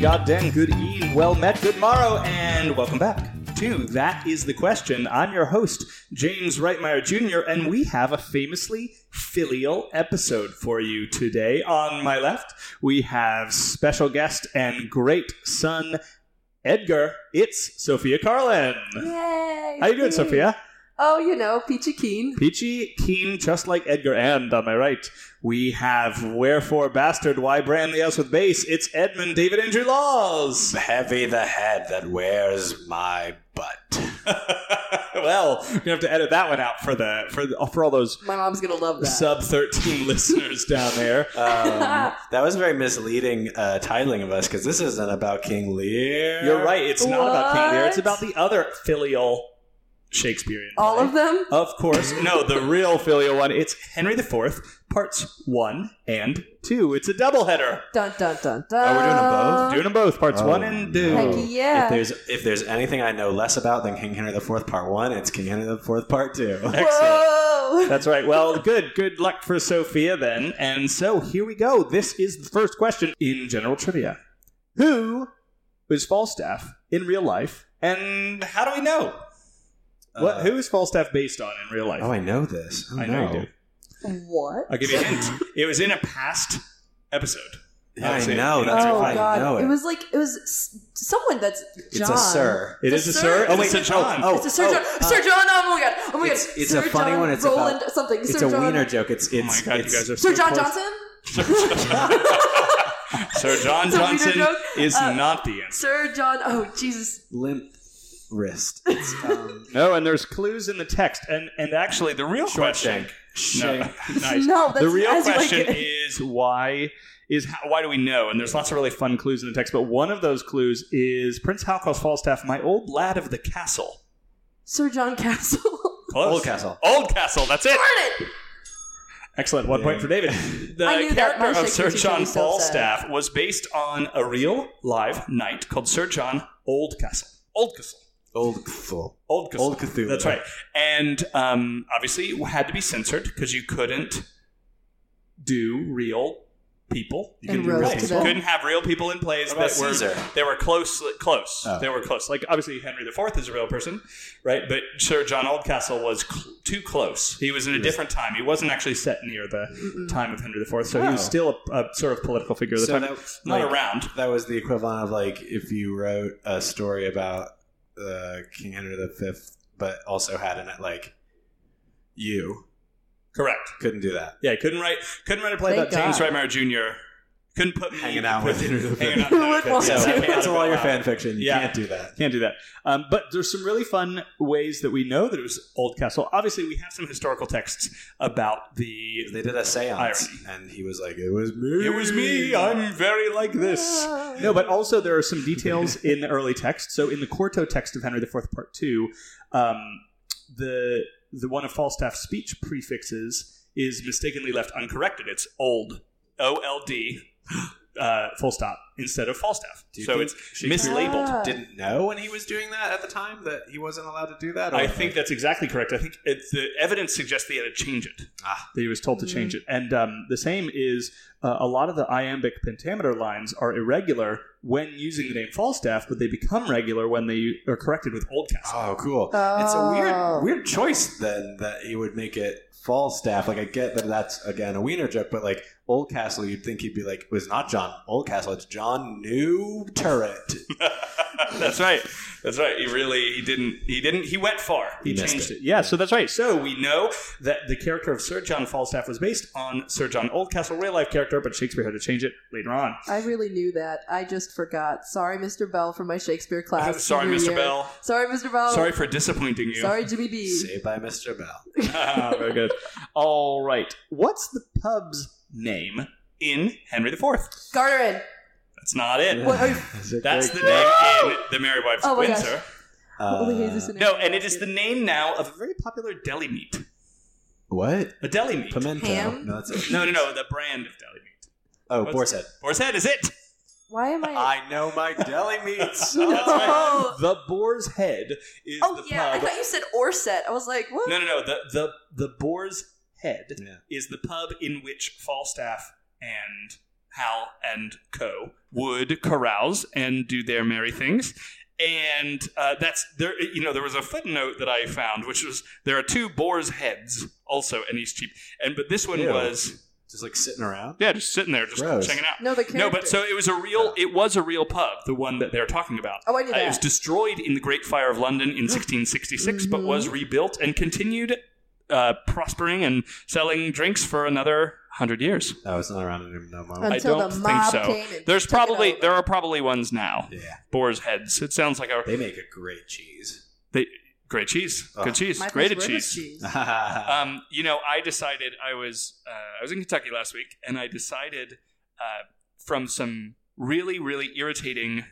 goddamn good eve, well met, good morrow, and welcome back to That Is the Question. I'm your host, James Reitmeyer Jr., and we have a famously filial episode for you today. On my left, we have special guest and great son, Edgar. It's Sophia Carlin. Yay! How you doing, Yay. Sophia? Oh, you know, peachy keen. Peachy, keen, just like Edgar. And on my right, we have Wherefore Bastard, Why Brand the House with Bass? It's Edmund David Andrew Laws. Heavy the head that wears my butt. well, we have to edit that one out for the for the, for all those My mom's gonna love that. Uh, sub thirteen listeners down there. Um, that was very misleading uh, titling of us because this isn't about King Lear. You're right. It's not about King Lear. It's What? about the other filial Shakespearean. All play. of them? Of course, no, the real filial one. It's Henry IV, parts one and two. It's a doubleheader. Dun dun dun Are dun. we Oh, doing them Doing them both, parts Oh, one and two. no. Heck yeah. If there's if there's anything I know less about than King Henry IV Part One, it's King Henry IV Part Two. Whoa! That's right. Well, good. Good luck for Sophia then. And so here we go. This is the first question in general trivia. Who is Falstaff in real life? And how do we know? Uh, what, who is Falstaff based on in real life? Oh, I know this. Oh, I know no. you do. What? I'll give you a hint. it was in a past episode. Yeah, I'll I say it. know. That's Oh right. I know god! it. It was like it was s- someone that's it's John. a sir. It is It's a a sir. sir. and Oh, it's wait, a John. oh, It's a Sir John. uh, Sir John. Oh my god! Oh my it's- god! it's sir a funny John one, it's about- Roland something. It's sir a John. wiener joke. It's oh my it's god, you it's, guys are so Sir John close. Johnson. Sir John It's a wiener Johnson joke. is Uh, not the answer. Sir John. Oh Jesus! limp wrist. It's, um, No, and there's clues in the text. And and actually, the real question. Shawshank. No, nice. No, that's the real as you question like it. is why is how, why do we know? And there's lots of really fun clues in the text, but one of those clues is Prince Halcal's Falstaff, my old lad of the castle. Sir John Castle. Close. Old Castle. Old castle. That's it. Darn it! Excellent. One Yeah. point for David. I The knew that. character My of Sir Shakespeare teacher John was so sad. Falstaff was based on a real live knight called Sir John Oldcastle. Oldcastle. old full. Old Cthulhu. Old Cthulhu. That's right. And um, obviously, it had to be censored because you couldn't do real people. You couldn't And do real roast people. them. couldn't have real people in plays What about that were Caesar? they were close. Close. Oh. They were close. Like obviously, Henry IV is a real person, right? But Sir John Oldcastle was cl- too close. He was in a different time. He wasn't actually set near the time of Henry IV, so he was Oh. still a, a sort of political figure. At the So time. that, not like, around. that was the equivalent of like if you wrote a story about uh, King Henry V, but also had in it like you Correct. couldn't do that. Yeah, couldn't write couldn't write a play Thank about James God. Reitmeyer Jr. Couldn't put me Hanging out put- with Henry V. hanging out Who would want So Yeah, to? cancel all your Uh, fan fiction. You Yeah. can't do that. Can't do that. Um, but there's some really fun ways that we know that it was Old Castle. Obviously, we have some historical texts about the. They did a seance, Irony. and he was like, "It was me. It was me. I'm very like this. Ah. No, but also there are some details in the early text. So in the quarto text of Henry IV, Part Two, um, the the one of Falstaff's speech prefixes is mistakenly left uncorrected. It's old, O L D, uh, full stop instead of Falstaff. Do you So think it's Shakespeare mislabeled. Ah. Didn't know when he was doing that at the time that he wasn't allowed to do that. I think that's exactly correct. I think it, the evidence suggests they had to change it. Ah. That he was told to change it. And um, the same is uh, a lot of the iambic pentameter lines are irregular when using the name Falstaff, but they become regular when they are corrected with Oldcastle. Oh, cool. It's a Oh. weird, weird choice then that he would make it Falstaff. Like I get that that's again a wiener joke, but like Oldcastle, you'd think he'd be like, it was not John Oldcastle, it's John New Turret. that's right. That's right. He really he didn't he didn't he went far. He, He missed changed it. it. Yeah, so that's right. So we know that the character of Sir John Falstaff was based on Sir John Oldcastle, real life character, but Shakespeare had to change it later on. I really knew that. I just forgot. Sorry, Mr. Bell, from my Shakespeare class. Sorry, senior Mr. year. Bell. Sorry, Mr. Bell. Sorry for disappointing you. Oh. Sorry, Jimmy B. Saved by Mr. Bell. Ah, Very good. All right. What's the pub's name in Henry IV? Garnerin. That's not it. What are you- That's a That's the great- name in The Merry Wives Oh of my gosh. Windsor. Uh, Holy Jesus No, and it is the name now of a very popular deli meat. what A deli meat. pimento? Ham? No, that's it. No, no, no. The brand of deli meat. Oh, What's- boar's head. Boar's Head is it. Why am I? I know my deli meats. No. That's right. The Boar's Head is oh the yeah, I pub. thought you said Orset. I was like, what? No, no, no. The the the Boar's Head Yeah. is the pub in which Falstaff and Hal and Co. would carouse and do their merry things. And uh, that's there. You know, there was a footnote that I found, which was there are two boar's heads also in East Cheap, and but this one Ew. was Just like sitting around. yeah, just sitting there, just Gross. checking out. No, the character. No, but so it was a real. It was a real pub, the one that they're talking about. Oh, I knew Uh, it was that. destroyed in the Great Fire of London in 1666, but Mm-hmm. was rebuilt and continued uh, prospering and selling drinks for another hundred years. No, Oh, it's not around anymore. No more. Until I the don't think mob so. came and There's took it probably over. there are probably ones now. yeah, Boar's heads. It sounds like a they make a great cheese. they, great cheese, Oh. good cheese, My grated first word was cheese. Um, you know, I decided I was uh, I was in Kentucky last week, and I decided uh, from some really really irritating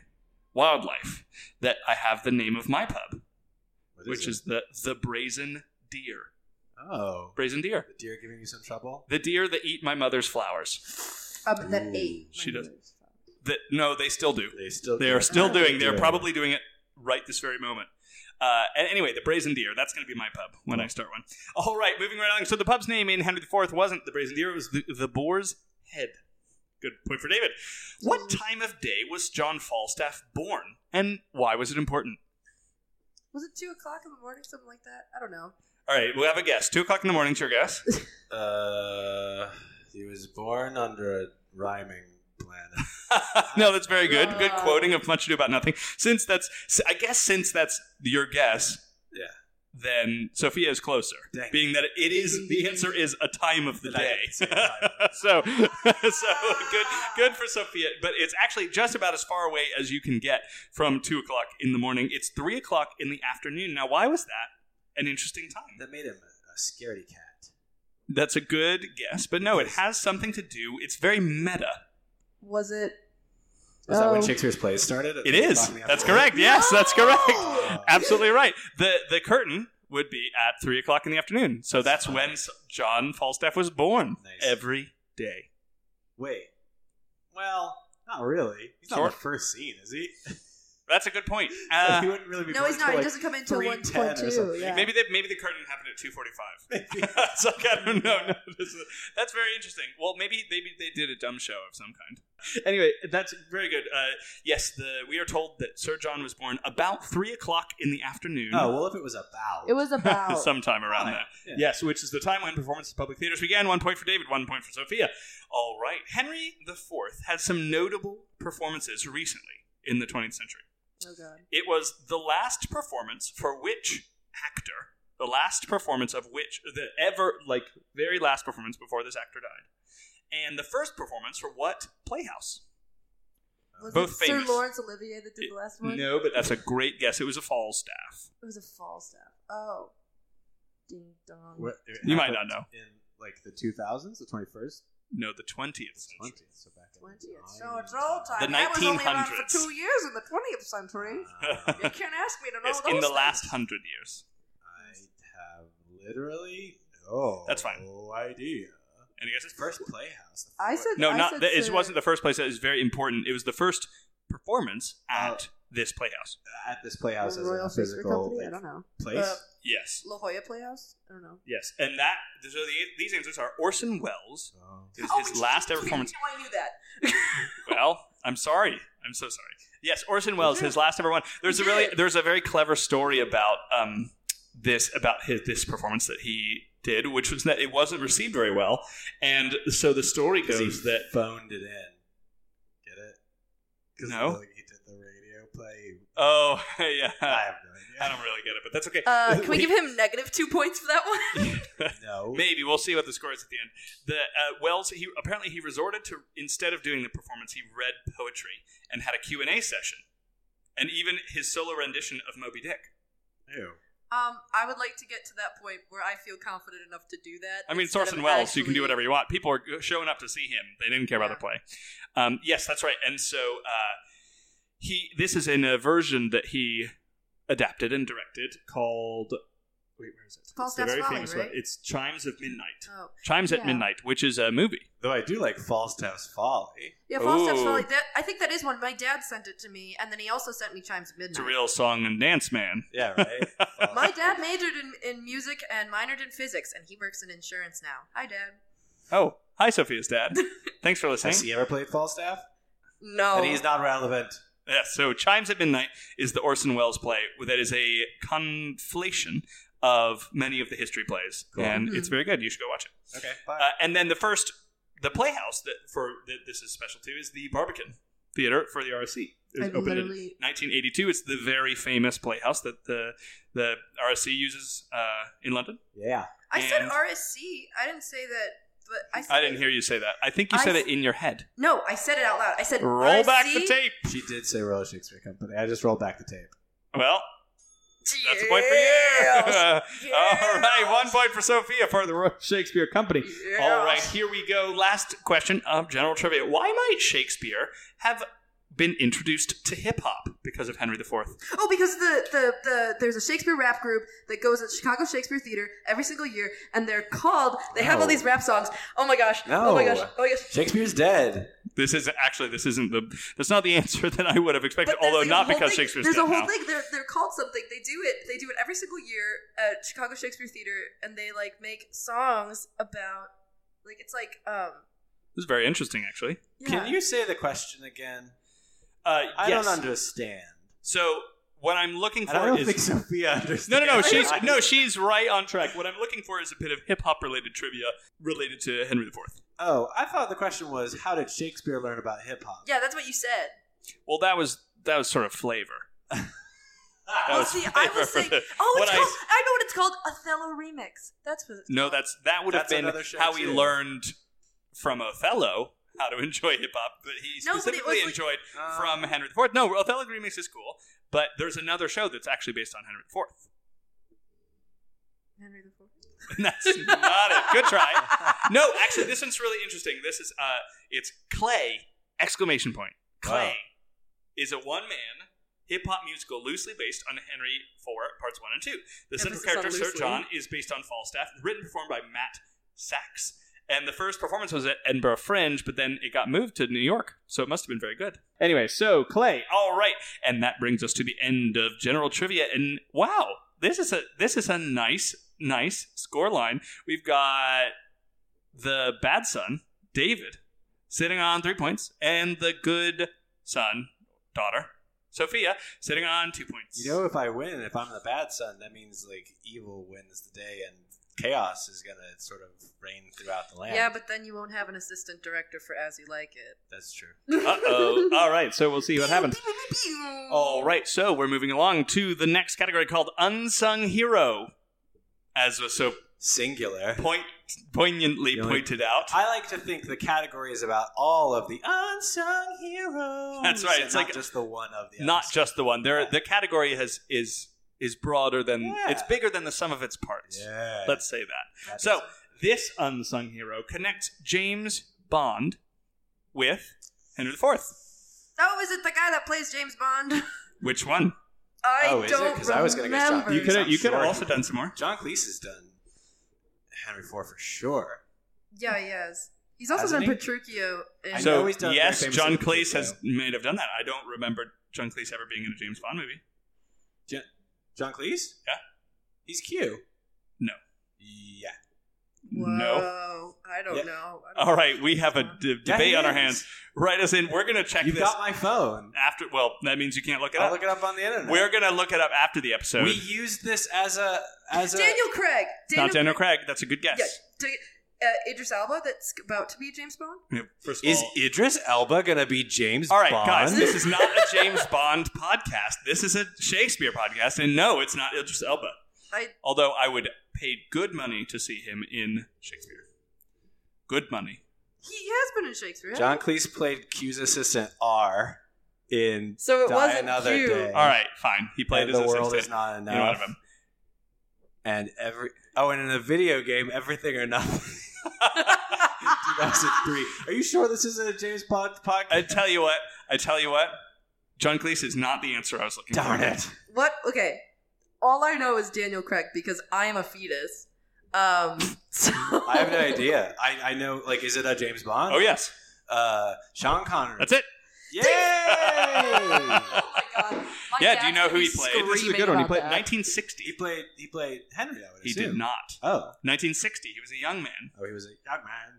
wildlife that I have the name of my pub, What which it? is the the Brazen Deer. oh, Brazen Deer, the deer giving you some trouble. the deer that eat my mother's flowers. Um, that Ooh. eight. She My does. goodness. That no, they still do. They still They are still doing. They're Yeah. probably doing it right this very moment. Uh, and anyway, the Brazen Deer. That's going to be my pub when I start one. All right, moving right along. So the pub's name in Henry IV wasn't the Brazen Deer. It was the, the Boar's Head. Good point for David. What time of day was John Falstaff born, and why was it important? Was it two o'clock in the morning, something like that? I don't know. All right, we'll have a guess. Two o'clock in the morning's your guess. Uh, he was born under a rhyming planet. no, that's very good. Good Uh. quoting of Much Ado About Nothing. Since that's, I guess, since that's your guess, Yeah. Then Sophia is closer, Dang. being that it is the answer is a time of the Time. day. It's a time. so, so good, good for Sophia. But it's actually just about as far away as you can get from two o'clock in the morning. It's three o'clock in the afternoon. Now, why was that an interesting time? that made him a scaredy cat. That's a good guess, but no, it has something to do. It's very meta. Was it? Is that when Oh. Shakespeare's plays started? It is. That's correct. Yes, that's correct. Oh. Absolutely right. The the curtain would be at three o'clock in the afternoon. So that's when S- John Falstaff was born. Nice. Every day. Wait. Well, not really. He's not Sure. in the first scene, is he? That's a good point. he Uh, wouldn't really be. No, he's not. born till, He like, doesn't come in until 3:10 or 1.22. something. Yeah. maybe the maybe the curtain happened at two forty five. it's like I don't know. No, this is- that's very interesting. Well, maybe maybe they did a dumb show of some kind. Anyway, that's very good. Uh, yes, the we are told that Sir John was born about three o'clock in the afternoon. Oh well, if it was about It was about. sometime around Fine. that. Yeah. Yes, which is the time when performances at public theaters began. One point for David, one point for Sophia. All right. Henry IV had some notable performances recently in the 20th century. oh god. It was the last performance for which actor, the last performance of which, the ever, like, very last performance before this actor died. And the first performance for what playhouse? Was Both it famous. Sir Lawrence Olivier that did the last one? No, but that's a great guess. It was a Falstaff. It was a Falstaff. Oh. Ding dong. What- it You might happened not know. In like the 2000s, the 21st, No, the 20th century. 20th, so back in 20th. the So it's old time. The I was only around for 1900s. two years in the 20th century. Uh, You can't ask me to know Yes, those in the things. last hundred years. I have literally no. That's fine. idea. Any guesses? First playhouse. I said No, I not said that. It Sir- wasn't the first place. That is very important. It was the first performance at this playhouse. at this playhouse as Royal a Shakespeare physical Company. I like, don't know. place. Uh, Yes. La Jolla Playhouse. I don't know. Yes, and that so the, these answers are Orson Welles. Oh. His, Oh, his it's- last ever you performance. know I knew that. Well, I'm sorry. I'm so sorry. Yes, Orson Welles, his last ever one. There's a You did really it. there's a very clever story about um this about his this performance that he did, which was that it wasn't received very well, and so the story Because he goes that phoned it in. Get it? 'Cause No. like, he did the radio play. oh yeah, I I have no idea. don't really get it, but that's okay. Uh, can we Wait. give him negative two points for that one? No. Maybe we'll see what the score is at the end. The uh, Wells he apparently he resorted to instead of doing the performance, he read poetry and had a Q and A session, and even his solo rendition of Moby Dick. Ew. um, I would like to get to that point where I feel confident enough to do that. I mean, instead Orson of Welles, you can do actually- whatever you want. People are showing up to see him. They didn't care about the play. Um, yes, that's right. And so uh, he this is in a version that he adapted and directed called. Wait, where is it? Falstaff's Folly, right? one. It's Chimes of Midnight. Oh. Chimes at Yeah. Midnight, which is a movie. Though I do like Falstaff's Folly. Yeah, Falstaff's Ooh. Folly. That, I think that is one. My dad sent it to me, and then he also sent me Chimes at Midnight. It's a real song and dance man. Yeah, right? Falstaff. My dad majored in, in music and minored in physics, and he works in insurance now. Hi, Dad. Oh, Hi, Sophia's dad. Thanks for listening. Has he ever played Falstaff? Oh. No. And he's not relevant. Yeah, so Chimes at Midnight is the Orson Welles play that is a conflation of many of the history plays, Cool. and Mhm. it's very good. You should go watch it. Okay, bye. Uh, and then the first, the Playhouse that for that this is special to is the Barbican Theater for the RSC. It was I've opened in literally- 1982. It's the very famous playhouse that the the RSC uses uh, in London. yeah. I said And- RSC. I didn't say that, but I. Said I didn't hear you say that. I think you I said s- it in your head. No, I said it out loud. I said Roll back the RSC? tape. She did say Royal Shakespeare Company. I just rolled back the tape. Well, that's a point for Yes. you. All right, Yes. one point for Sophia for the Royal Shakespeare Company. Yes. All right, here we go. Last question of general trivia. Why might Shakespeare have been introduced to hip hop because of Henry IV? Oh, because the, the the there's a Shakespeare rap group that goes at Chicago Shakespeare Theater every single year, and they're called. They have all No. these rap songs. Oh my gosh! Oh my No. gosh! Oh my gosh! Shakespeare's dead. This is actually this isn't the that's not the answer that I would have expected. But there's, Although like, a not whole because thing- Shakespeare's There's dead a whole now. thing. They're they're called something. They do it. They do it every single year at Chicago Shakespeare Theater, and they like make songs about like it's like um This is very interesting, actually. yeah. Can you say the question again? Uh, I yes. don't understand. So what I'm looking And I for don't is think Sophia understands. no, no, no. She's no, she's right on track. What I'm looking for is a bit of hip hop related trivia related to Henry IV. Oh, I thought the question was how did Shakespeare learn about hip hop? Yeah, that's what you said. Well, that was that was sort of flavor. That Oh, was see, I flavor was for saying. the- Oh, what it's I- called. I, know what it's called. Othello remix. That's what. It's No, called. that's that would That's have been another show, how he too. learned from Othello how to enjoy hip hop, but he No, but it specifically was like- uh, enjoyed Um, from Henry IV. No, Othello remix is cool, but there's another show that's actually based on Henry IV. Henry the Fourth. And that's not it. Good try. No, actually, this one's really interesting. This is uh, it's Clay exclamation point. Clay Wow. is a one man hip hop musical loosely based on Henry IV parts one and two. The central Emphasis on character Sir loosely. John is based on Falstaff, written and performed by Matt Sachs. And the first performance was at Edinburgh Fringe, but then it got moved to New York, so it must have been very good. Anyway, so Clay, all right, and that brings us to the end of general trivia. And wow, this is a this is a nice nice score line. We've got the bad son, David, sitting on three points, and the good son, daughter, Sophia, sitting on two points. You know, if I win, if I'm the bad son, that means like evil wins the day and chaos is gonna sort of reign throughout the land. Yeah, but then you won't have an assistant director for As You Like It. that's true. Uh oh. All right, so we'll see what happens. All right, so we're moving along to the next category called unsung hero, as was so Singular. point, poignantly You know, like- pointed out. I like to think the category is about all of the unsung heroes. That's right, and it's not like- just the one of the Not unsung. just the one. There, the category has is is broader than Yeah. it's bigger than the sum of its parts. Yeah. Let's say that. That So is- this unsung hero connects James Bond with Henry IV. Oh, is it the guy that plays James Bond? Which one? I Oh, is it? don't 'Cause I was gonna go remember. You could- you could- have Sure. also done some more. John Cleese has done Henry IV for sure. Yeah, he has. He's also Hasn't done he? Petruchio. In, I know So he's done yes, very famous John interviews, Cleese has though. may have done that. I don't remember John Cleese ever being in a James Bond movie. John Cleese? Yeah. He's Q. No. Yeah. Whoa, No. I don't Yeah. know. I don't All right, we have a d- Yeah, debate he on our is. hands. Write us in. We're gonna check You've this got my phone. after. Well, that means you can't look it I'll up. look it up on the internet. We're gonna look it up after the episode. we used this as a as a Daniel Craig. it's not Daniel Craig. That's a good guess. Yeah, Da- uh, Idris Elba. That's about to be James Bond. Yeah, First of Is all, Idris Elba gonna be James all right, Bond? guys, this is not a James Bond podcast. This is a Shakespeare podcast, and no, it's not Idris Elba. I Although I would pay good money to see him in Shakespeare. Good money. he has been in Shakespeare. hasn't John Cleese played Q's assistant R in So it Die wasn't Another Q. Day. All right, fine. He played And his the world assistant is not in one of enough. them. And every oh, and in a video game, everything or nothing. 2003. Are you sure this isn't a James Bond podcast? I tell you what. I tell you what. John Cleese is not the answer I was looking for. Darn it! he? What? Okay. All I know is Daniel Craig because I am a fetus. Um. So I have no idea. I, I know. Like, is it a James Bond? Oh yes, Uh, Sean Connery. that's it. Yay! Oh my god. My yeah. dad's Do you know gonna who be he played? This is a screaming good one. He about played that. 1960. he played. He played Henry. I would He assume. did not. Oh. 1960. He was a young man. Oh, he was a young man.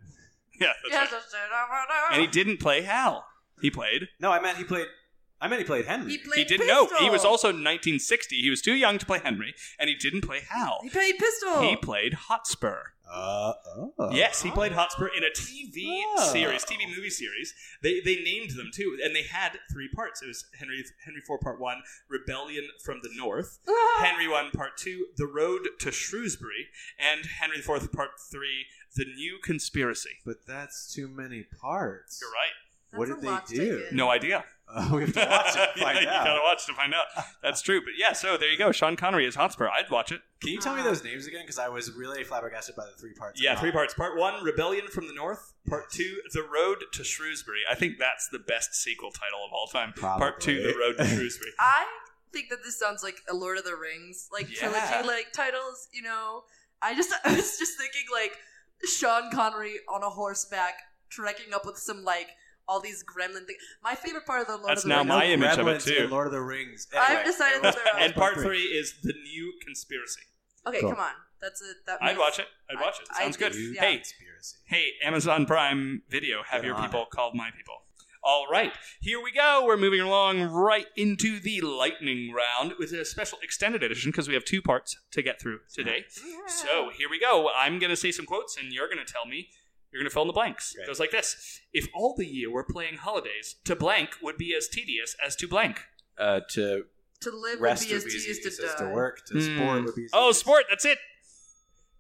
Yeah, that's right. And he didn't play Hal. He played. No, I meant he played. I meant he played Henry. he played he didn't pistol. know. He was also 1960. He was too young to play Henry, and he didn't play Hal. He played pistol. He played Hotspur. uh, oh. Yes, he played Hotspur in a TV Oh. series, TV movie series. They they named them too, and they had three parts. It was Henry Henry Four Part One, Rebellion from the North, Henry One Part Two, The Road to Shrewsbury, and Henry Fourth Part Three, The New Conspiracy. But that's too many parts. You're right. That's what a did they lot to do? take in. No idea. Uh, we have to watch it. and Yeah, Find you out. gotta watch to find out. That's true. But yeah, so there you go. Sean Connery is Hotspur. I'd watch it. Can you tell Uh, me those names again? Because I was really flabbergasted by the three parts. Yeah, three parts. Part one, Rebellion from the North. Part two, The Road to Shrewsbury. I think that's the best sequel title of all time. Part two, The Probably. Road to Shrewsbury. I think that this sounds like a Lord of the Rings like Yeah. trilogy like titles. You know, I just I was just thinking like Sean Connery on a horseback trekking up with some like all these gremlin things. My favorite part of the Lord That's of the now Rings. my image of it, Gremlins too. and Lord of the Rings. I've Anyway, decided everyone's that they're all- and part three is the new conspiracy. okay, Cool. come on, that's it. That I'd makes- watch it. I'd I- watch it. I Sounds good. do, yeah. Hey, Conspiracy. hey, Amazon Prime Video, have Get your on people call my people. All right, here we go. We're moving along right into the lightning round with a special extended edition because we have two parts to get through today. So here we go. I'm going to say some quotes, and you're going to tell me. You're going to fill in the blanks. Great. It goes like this If all the year were playing holidays, to blank would be as tedious as to blank. Uh, to to live would rest be would as be as tedious tedious to as die. to work. To Hmm. sport would be as Oh, tedious- sport. That's it.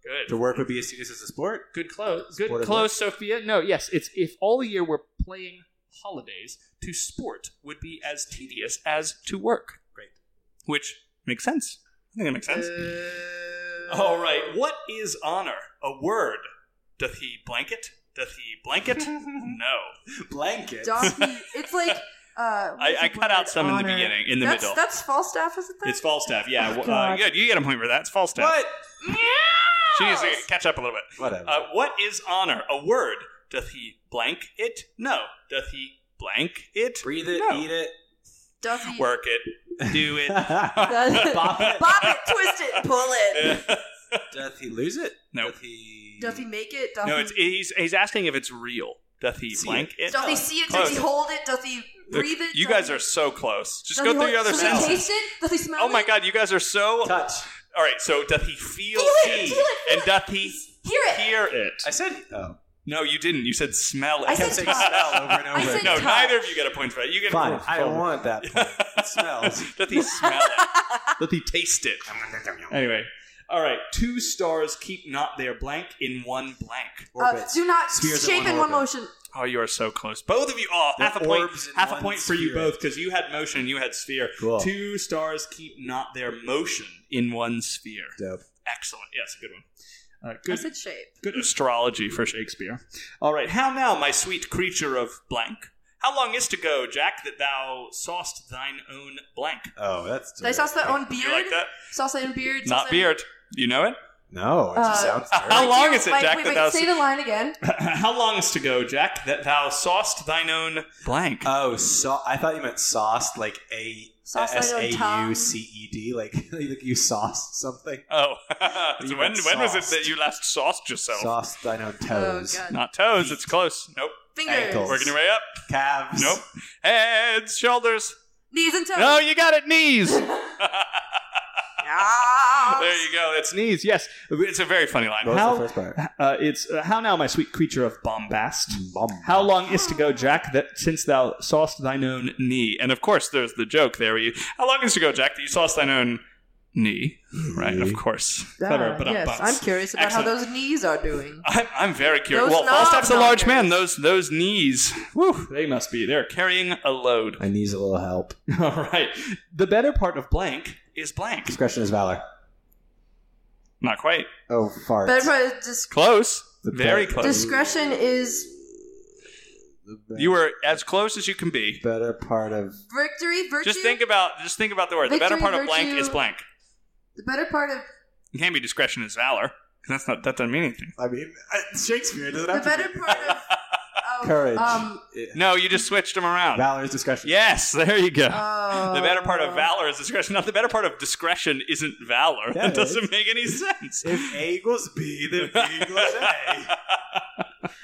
Good. To work would be as tedious as to sport. Good close. Good Sport is close, Sophia. No, yes, it's if all year we're playing holidays, to sport would be as tedious as to work. Great. Uh, Which makes sense. I think that Uh, makes sense. all right. What is honor? A word. Doth he blanket? Doth he blanket? no. Blanket. Donkey. it's like uh, what I, is I the cut out word? some in the Honor. beginning, in the that's, middle. That's Falstaff, isn't that? It's Falstaff. Yeah. Oh, w- uh, God. good. You get a point for that. It's Falstaff. What? She needs to catch up a little bit. Whatever. Uh, what is honor? A word. Doth he blank it? No. Doth he blank it? Breathe it. No. Eat it. Doesn't Work it. Do it. Bop it. Bop it, twist it, pull it. Doth he lose it? Nope. Doth he? Does he make it? Does no, he, it's, he's he's asking if it's real. Doth he See blank it? does he see it? Does he Close. hold it? Does he Look, breathe it? You Does guys he- are so close. Just does go he through hold- your other does he senses. taste it? Does he smell Oh my it? god, you guys are so. All touch? right, so doth he feel, Feel it, see, feel it, feel and it. doth he Hear it. hear it? I said. Oh, No, you didn't. You said smell it. I I kept said saying touch. smell over and I over. said no, again. touch. neither of you get a point for that. You get a Fine. point. I don't want that. Point. It smells. Doth he smell it? Doth he taste it? Anyway, all right. Two stars keep not their blank in one blank. Uh, Orbits. do not Spheres in shape one in one orbit. motion. Oh, you are so close. Both of you. Oh, They're half a point. orbs in Half a one point for you sphere. both because you had motion and you had sphere. Cool. Two stars keep not their motion in one sphere. Dope. Excellent. Yes, good one. Uh, I good, said shape. good astrology for Shakespeare. All right. How now, my sweet creature of blank? How long is to go, Jack, that thou sawest thine own blank? Oh, that's. Did I sauce dirty. that own You beard? like that? Sauce that own beard. sauce Not that- beard. You know it? No, it just Uh, sounds dirty. How long is it, Wait, Jack, Wait, that wait, thou say the line again. How long's to go, Jack, that thou sawest thine own blank? Oh, so I thought you meant sauced, like a Sauced like S on A tongue. U C E D, like like you sauced something. oh, So You when, meant when was it sauced. that you last sauced yourself? Sauced thine own toes, Oh, God. Not toes, it's close. Nope. Fingers. ankles. Working your way up. calves. Nope. Heads, shoulders. Knees and toes. No, you got it, knees. there Ah. you go. It's knees, yes. It's a very funny line. What was How, the first part? uh, it's uh, How now, my sweet creature of bombast? Bum. How long is to go, Jack, that since thou sawest thine own knee? And of course, there's the joke there. where you- how long is to go, Jack, that you sawest thine own knee? Right, of course. Clever, Ah, but yes, buts. I'm curious about Excellent. Those knees are doing. I'm, I'm very curious. Those well, Falstaff's a large knob-knockers. man. Those those knees, whew, they must be. They're carrying a load. I need a little help. All right. The better part of blank is blank. Discretion is valor. Not quite. Oh, farts. Better part is Close. The very better- close. discretion is The be- you were as close as you can be. better part of victory, virtue. Just think about just think about the word. The better Victory, part of blank virtue. is blank. the better part of It can't be discretion is valor. 'cause That's not that doesn't mean anything. I mean uh, Shakespeare doesn't the have better to be. part of, of courage. Um, It- No, you just switched them around. valor is discretion. Yes, there you go. oh. the better part of valor is discretion. Not the better part of discretion isn't valor. Yeah, that doesn't it's- make any sense. If A equals B, then B equals A.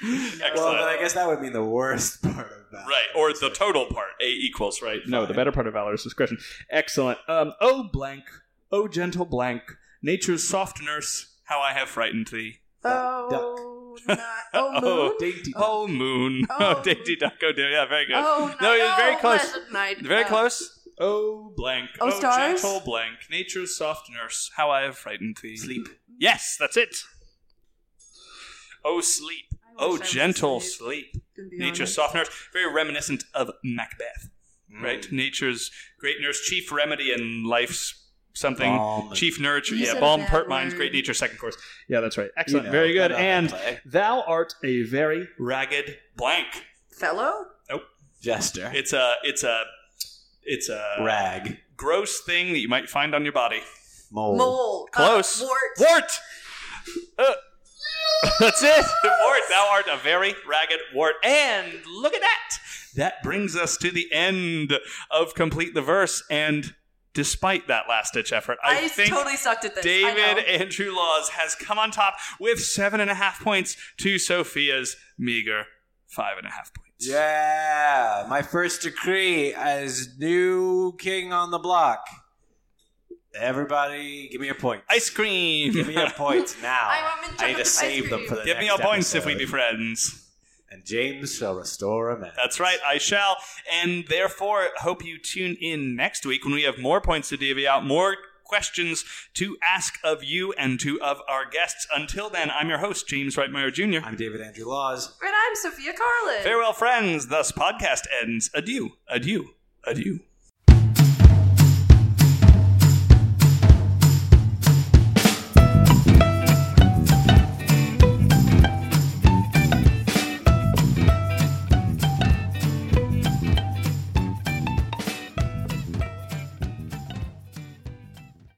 Excellent. Well, then I guess that would mean the worst part of that. Right, or the total part, A equals, right? No, the better part of valor is discretion. Excellent. Um, oh blank, oh gentle blank, nature's soft nurse, how I have frightened thee. Oh, not, oh, Oh. moon. Dainty. Oh, moon. Oh. Oh, dainty duck, oh dear. Yeah, very good. Oh, no, you're very close. pleasant Night. Very Uh, close. Oh, blank. Oh, stars? gentle blank. Nature's soft nurse, how I have frightened thee. Sleep. Yes, that's it. Oh, sleep. I wish I Oh, was gentle asleep, sleep. to be Nature's honest. soft nurse, very reminiscent of Macbeth, Mm. right? Nature's great nurse, chief remedy in life's something. Balm. Chief nurture, You yeah, said balm, that hurt minds, word. great nature, second course. Yeah, that's right. You Excellent. know, Very good. that I And play. thou art a very Ragged blank. Fellow? jester. It's uh, a, it's a, it's a Rag. gross thing that you might find on your body. Mole. Mole. Uh, Oh. Close. wart. Wart. Uh, that's it. Wart, thou art a very ragged wart. And look at that. That brings us to the end of complete the verse. And despite that last ditch effort, I, I, think totally sucked at this. I know. David Andrew Laws has come on top with seven and a half points to Sophia's meager five and a half points. Yeah, my first decree as new king on the block. Everybody, give me a point. Ice cream. Give me a point now. I'm in I need charge to of save ice them cream. for the Give me next a points if we episode. be friends. And James shall restore a man. That's right, I shall. And therefore, hope you tune in next week when we have more points to divvy out, more questions to ask of you and to of our guests. Until then, I'm your host, James Reitmeyer Jr. I'm David Andrew Laws. And I'm Sophia Carlin. Farewell, friends. Thus, podcast ends. Adieu, adieu, adieu.